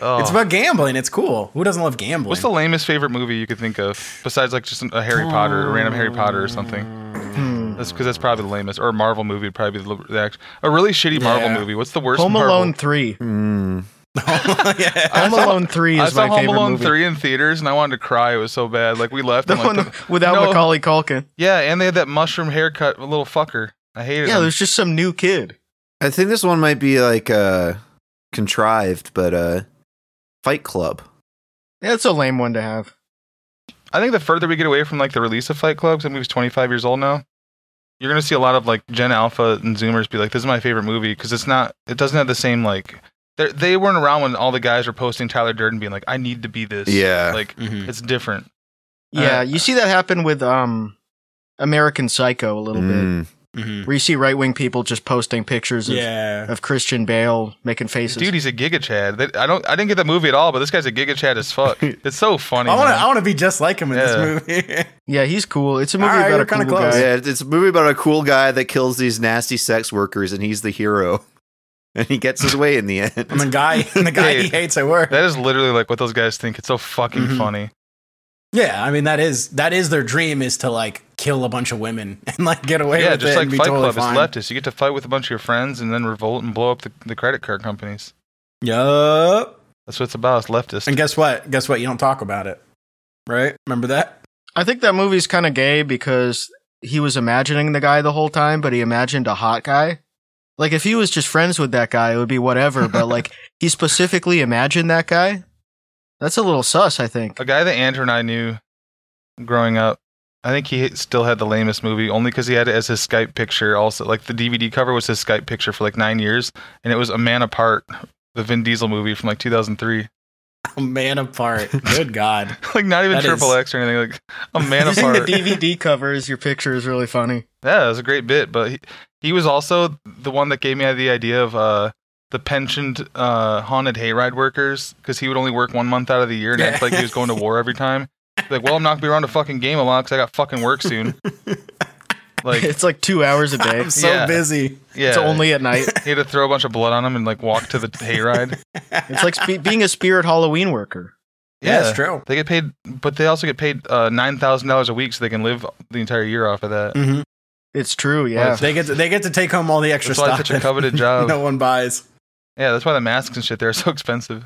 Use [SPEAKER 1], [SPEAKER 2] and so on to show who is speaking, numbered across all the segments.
[SPEAKER 1] Oh.
[SPEAKER 2] It's about gambling. It's cool. Who doesn't love gambling?
[SPEAKER 1] What's the lamest favorite movie you could think of besides like just a Harry Potter, a random Harry Potter or something?
[SPEAKER 2] Hmm.
[SPEAKER 3] Hmm.
[SPEAKER 1] That's because that's probably the lamest. Or a Marvel movie would probably be the, the act- a really shitty Marvel
[SPEAKER 2] Yeah.
[SPEAKER 1] movie. What's the worst?
[SPEAKER 3] Home
[SPEAKER 1] Marvel?
[SPEAKER 3] Alone three.
[SPEAKER 4] Hmm.
[SPEAKER 2] yeah.
[SPEAKER 3] Home Alone three
[SPEAKER 1] I
[SPEAKER 3] is
[SPEAKER 1] saw
[SPEAKER 3] my
[SPEAKER 1] Home
[SPEAKER 3] favorite
[SPEAKER 1] Alone
[SPEAKER 3] movie.
[SPEAKER 1] three in theaters and I wanted to cry. It was so bad. Like we left.
[SPEAKER 3] The
[SPEAKER 1] and, like,
[SPEAKER 3] one
[SPEAKER 1] the-
[SPEAKER 3] without
[SPEAKER 1] No.
[SPEAKER 3] Macaulay Culkin.
[SPEAKER 1] Yeah, and they had that mushroom haircut, little fucker. I hated
[SPEAKER 3] Yeah,
[SPEAKER 1] him.
[SPEAKER 3] there's just some new kid.
[SPEAKER 4] I think this one might be like uh contrived, but uh Fight Club.
[SPEAKER 3] Yeah, it's a lame one to have.
[SPEAKER 1] I think the further we get away from like the release of Fight Club, 'cause that movie's 25 years old now. You're gonna see a lot of like Gen Alpha and Zoomers be like, "This is my favorite movie" because it's not. It doesn't have the same like. they're- They weren't around when all the guys were posting Tyler Durden being like, "I need to be this."
[SPEAKER 4] Yeah.
[SPEAKER 1] Like
[SPEAKER 2] Mhm.
[SPEAKER 1] it's different.
[SPEAKER 3] Yeah,
[SPEAKER 1] Uh,
[SPEAKER 3] you see that happen with um American Psycho a little
[SPEAKER 4] Mm.
[SPEAKER 2] Mhm.
[SPEAKER 1] mm-hmm.
[SPEAKER 3] bit, where you see right wing people just posting pictures of,
[SPEAKER 2] Yeah.
[SPEAKER 3] of Christian Bale making faces.
[SPEAKER 1] Dude, he's a Giga Chad. They- I don't. I didn't get that movie at all, but this guy's a Giga Chad as fuck. it's so funny.
[SPEAKER 2] I want to.
[SPEAKER 1] man.
[SPEAKER 2] I want to be just like him in
[SPEAKER 1] Yeah.
[SPEAKER 2] this movie.
[SPEAKER 3] yeah, he's cool. It's a movie
[SPEAKER 2] All right,
[SPEAKER 3] about
[SPEAKER 2] you're
[SPEAKER 3] a cool
[SPEAKER 2] kinda close.
[SPEAKER 3] guy.
[SPEAKER 4] Yeah, it's a movie about a cool guy that kills these nasty sex workers and he's the hero. And he gets his way in the end.
[SPEAKER 2] and the guy, and the guy he
[SPEAKER 1] Hey.
[SPEAKER 2] hates at work.
[SPEAKER 1] That is literally like what those guys think. It's so fucking
[SPEAKER 2] Mhm.
[SPEAKER 1] funny.
[SPEAKER 2] Yeah, I mean that is that is their dream is to like kill a bunch of women and like get away
[SPEAKER 1] yeah,
[SPEAKER 2] with
[SPEAKER 1] just
[SPEAKER 2] it
[SPEAKER 1] like
[SPEAKER 2] and be
[SPEAKER 1] Fight
[SPEAKER 2] totally
[SPEAKER 1] Club
[SPEAKER 2] fine.
[SPEAKER 1] is leftist. You get to fight with a bunch of your friends and then revolt and blow up the, the credit card companies.
[SPEAKER 2] Yup.
[SPEAKER 1] That's what it's about. It's leftist.
[SPEAKER 2] And guess what? Guess what? You don't talk about it, right? Remember that?
[SPEAKER 3] I think that movie's kind of gay because he was imagining the guy the whole time, but he imagined a hot guy. Like if he was just friends with that guy, it would be whatever. But like he specifically imagined that guy. That's a little sus, I think.
[SPEAKER 1] a guy that Andrew and I knew growing up. I think he still had the lamest movie only because he had it as his Skype picture. Also, like the DVD cover was his Skype picture for like nine years, and it was A Man Apart, the Vin Diesel movie from like 2003.
[SPEAKER 2] A man apart. Good God.
[SPEAKER 1] like not even
[SPEAKER 2] That is-
[SPEAKER 1] Triple X or anything. Like A Man
[SPEAKER 3] Using the
[SPEAKER 1] Apart. yeah,
[SPEAKER 3] DVD cover as your picture is really funny.
[SPEAKER 1] that was a great bit. But he, he was also the one that gave me the idea of uh, the pensioned uh, haunted hayride workers because he would only work one month out of the year and
[SPEAKER 2] Yeah.
[SPEAKER 1] act like he was going to war every time. Like, well, I'm not gonna be around to fucking game a lot because I got fucking work soon. Like,
[SPEAKER 3] it's like two hours a day.
[SPEAKER 2] I'm so
[SPEAKER 1] Yeah.
[SPEAKER 2] busy.
[SPEAKER 1] Yeah,
[SPEAKER 3] It's only at night.
[SPEAKER 1] he had to throw a bunch of blood on him and like walk to the hayride.
[SPEAKER 3] It's like spe- being a spirit Halloween worker.
[SPEAKER 2] Yeah, it's true.
[SPEAKER 1] They get paid, but they also get paid uh, nine thousand dollars a week, so they can live the entire year off of that.
[SPEAKER 2] Mhm.
[SPEAKER 3] It's true, yeah.
[SPEAKER 2] They get to, they get to take home all the extra
[SPEAKER 1] That's why it's
[SPEAKER 2] stuff.
[SPEAKER 1] such a coveted
[SPEAKER 2] that
[SPEAKER 1] job.
[SPEAKER 2] no one buys.
[SPEAKER 1] Yeah, that's why the masks and shit there are so expensive.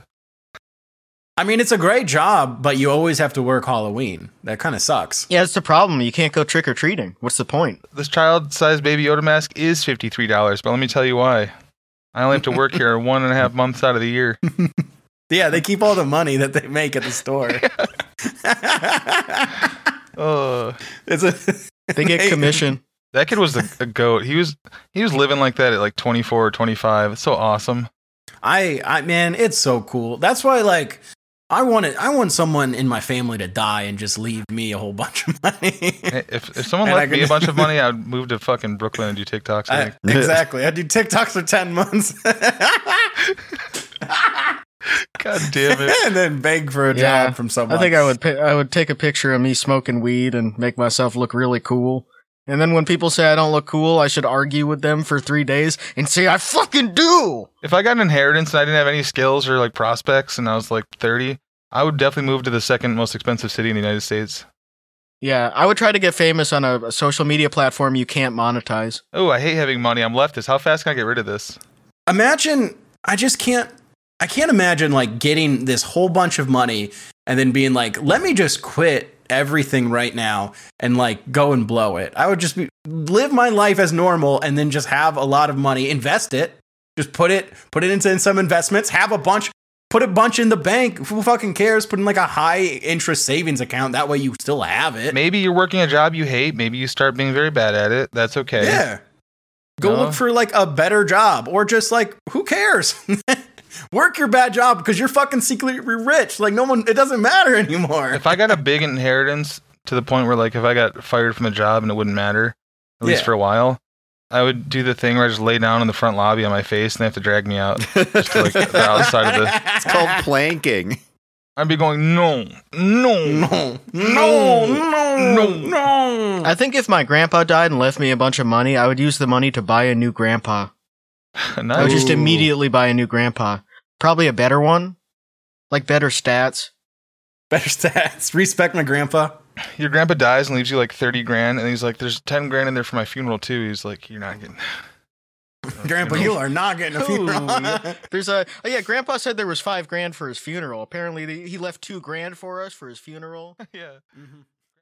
[SPEAKER 2] I mean, it's a great job, but you always have to work Halloween. That kind of sucks.
[SPEAKER 3] Yeah, it's the problem. You can't go trick or treating. What's the point?
[SPEAKER 1] This child-sized baby Yoda mask is fifty-three dollars, but let me tell you why. I only have to work here one and a half months out of the year.
[SPEAKER 2] Yeah, they keep all the money that they make at the store.
[SPEAKER 1] Oh,
[SPEAKER 2] it's a
[SPEAKER 3] They get commission.
[SPEAKER 1] that kid was a, a goat. He was he was living like that at like twenty-four or twenty-five. It's so awesome.
[SPEAKER 2] I I man, it's so cool. That's why like I wanted I want someone in my family to die and just leave me a whole bunch of money.
[SPEAKER 1] If if someone
[SPEAKER 2] And I
[SPEAKER 1] left me
[SPEAKER 2] can-
[SPEAKER 1] a bunch of money, I'd move to fucking Brooklyn and do TikToks. I
[SPEAKER 2] I,
[SPEAKER 1] think.
[SPEAKER 2] exactly. I do TikToks for 10 months.
[SPEAKER 1] God damn it.
[SPEAKER 2] and then beg for a
[SPEAKER 3] Yeah,
[SPEAKER 2] job from someone.
[SPEAKER 3] I think I would pi- I would take a picture of me smoking weed and make myself look really cool. And then when people say I don't look cool, I should argue with them for 3 days and say I fucking do.
[SPEAKER 1] If I got an inheritance and I didn't have any skills or like prospects and I was like 30, I would definitely move to the second most expensive city in the United States.
[SPEAKER 3] Yeah, I would try to get famous on a, a social media platform you can't monetize.
[SPEAKER 1] Oh, I hate having money. I'm leftist. How fast can I get rid of this?
[SPEAKER 2] Imagine I just can't I can't imagine like getting this whole bunch of money and then being like, "Let me just quit everything right now and like go and blow it." I would just be, live my life as normal and then just have a lot of money, invest it, just put it put it into some investments, have a bunch Put a bunch in the bank. Who fucking cares? Put in like a high interest savings account. That way you still have it.
[SPEAKER 1] Maybe you're working a job you hate. Maybe you start being very bad at it. That's okay.
[SPEAKER 2] Yeah. Go
[SPEAKER 1] No?
[SPEAKER 2] look for like a better job or just like who cares? Work your bad job because you're fucking secretly rich. Like no one it doesn't matter anymore.
[SPEAKER 1] If I got a big inheritance to the point where like if I got fired from a job and it wouldn't matter, at least
[SPEAKER 2] Yeah.
[SPEAKER 1] for a while, I would do the thing where I just lay down in the front lobby on my face and they have to drag me out. Just to, like the outside of the
[SPEAKER 4] it's called planking.
[SPEAKER 1] I'd be going, no, no.
[SPEAKER 2] no, no, no, no.
[SPEAKER 3] I think if my grandpa died and left me a bunch of money, I would use the money to buy a new grandpa. I would
[SPEAKER 1] nice.
[SPEAKER 3] just
[SPEAKER 2] Ooh.
[SPEAKER 3] immediately buy a new grandpa. Probably a better one, like better stats.
[SPEAKER 2] Better stats. Respect my grandpa.
[SPEAKER 1] Your grandpa dies and leaves you like thirty grand, and he's like, "There's ten grand in there for my funeral too." He's like, "You're not getting."
[SPEAKER 2] Grandpa, you are not getting a funeral.
[SPEAKER 3] Ooh. There's a oh yeah. Grandpa said there was five grand for his funeral. Apparently, the, he left two grand for us for his funeral.
[SPEAKER 1] yeah.